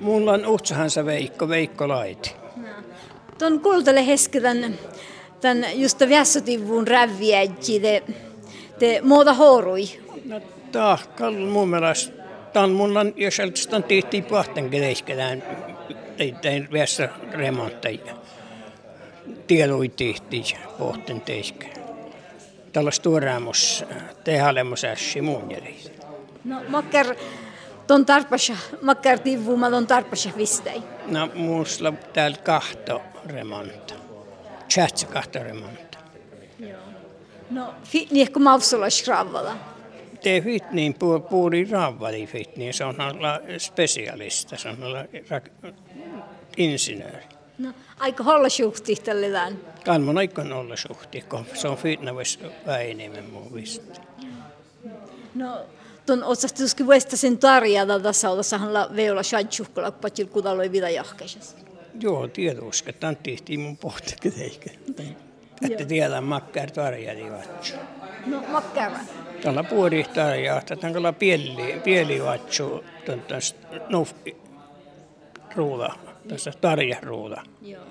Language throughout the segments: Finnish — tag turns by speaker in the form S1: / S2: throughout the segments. S1: Mulla on otsahansa Veikko, Veikko Laiti.
S2: Tuon kultale heske tämän, tämän just vässotivun räviäji, te, te muuta hoorui.
S1: No tahkal mun mielestä. Tämä on mulla, jos ältistän tihti pahten keleiskään, tein vässä remontteja. Tielui tihti pohten teiskään. Tällaista tuoraamus tehalemus ässi muun järjestä.
S2: No makkar ton tarpasha, makkar tivu ma ton tarpasha vistei.
S1: No muusla täällä kahto remontta. Tsätsä kahto remontta.
S2: No fi, niin kun mausulla skravvala.
S1: Te fit niin puu, puuri raavali fit niin se on olla spesialista, se on olla rak- insinööri.
S2: No aika holla suhti tälle tämän.
S1: Kalmon aikon olla suhti, kun se on fitnavis väinimän muovista.
S2: No ton otsastuskin vuesta sen tarjada tässä olla sahalla veolla shadjuhkola, kun patjil kudaloi vida jahkaisessa.
S1: Joo, tieduskat, tämän tihti mun pohtikin eikä. Että tiedä makkar tarjali vatsu.
S2: No makkaran.
S1: Tällä puuri tarjahta, tämän kalla pieli, pieli vatsu, tuon tästä nuhki ruuda, tästä tarjahruuda.
S2: Joo.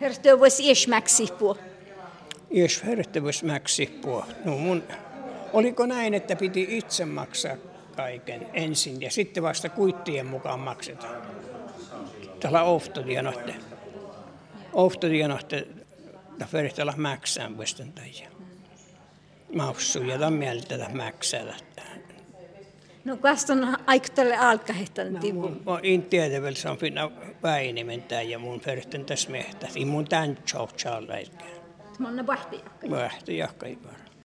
S2: Herstö vuosi iesmäksi puo.
S1: Jos verrattavuus maksipua. No mun, oliko näin, että piti itse maksaa kaiken ensin ja sitten vasta kuittien mukaan maksetaan? Tällä oftodianohte. Oftodianohte, da verrattavalla maksaan puisten takia. Maussu ja tämän mieltä tätä maksaa. tätä.
S2: No kas on aika tälle alkahehtan tivu.
S1: No, Mun- Mä en tiedä, vielä se on finna väinimentää ja mun verrattavalla tässä mehtä. Ei mun tämän tjohtsaa laikkeen.
S2: Mä oon ne pahti.
S1: Mä ehti jahka ei parha.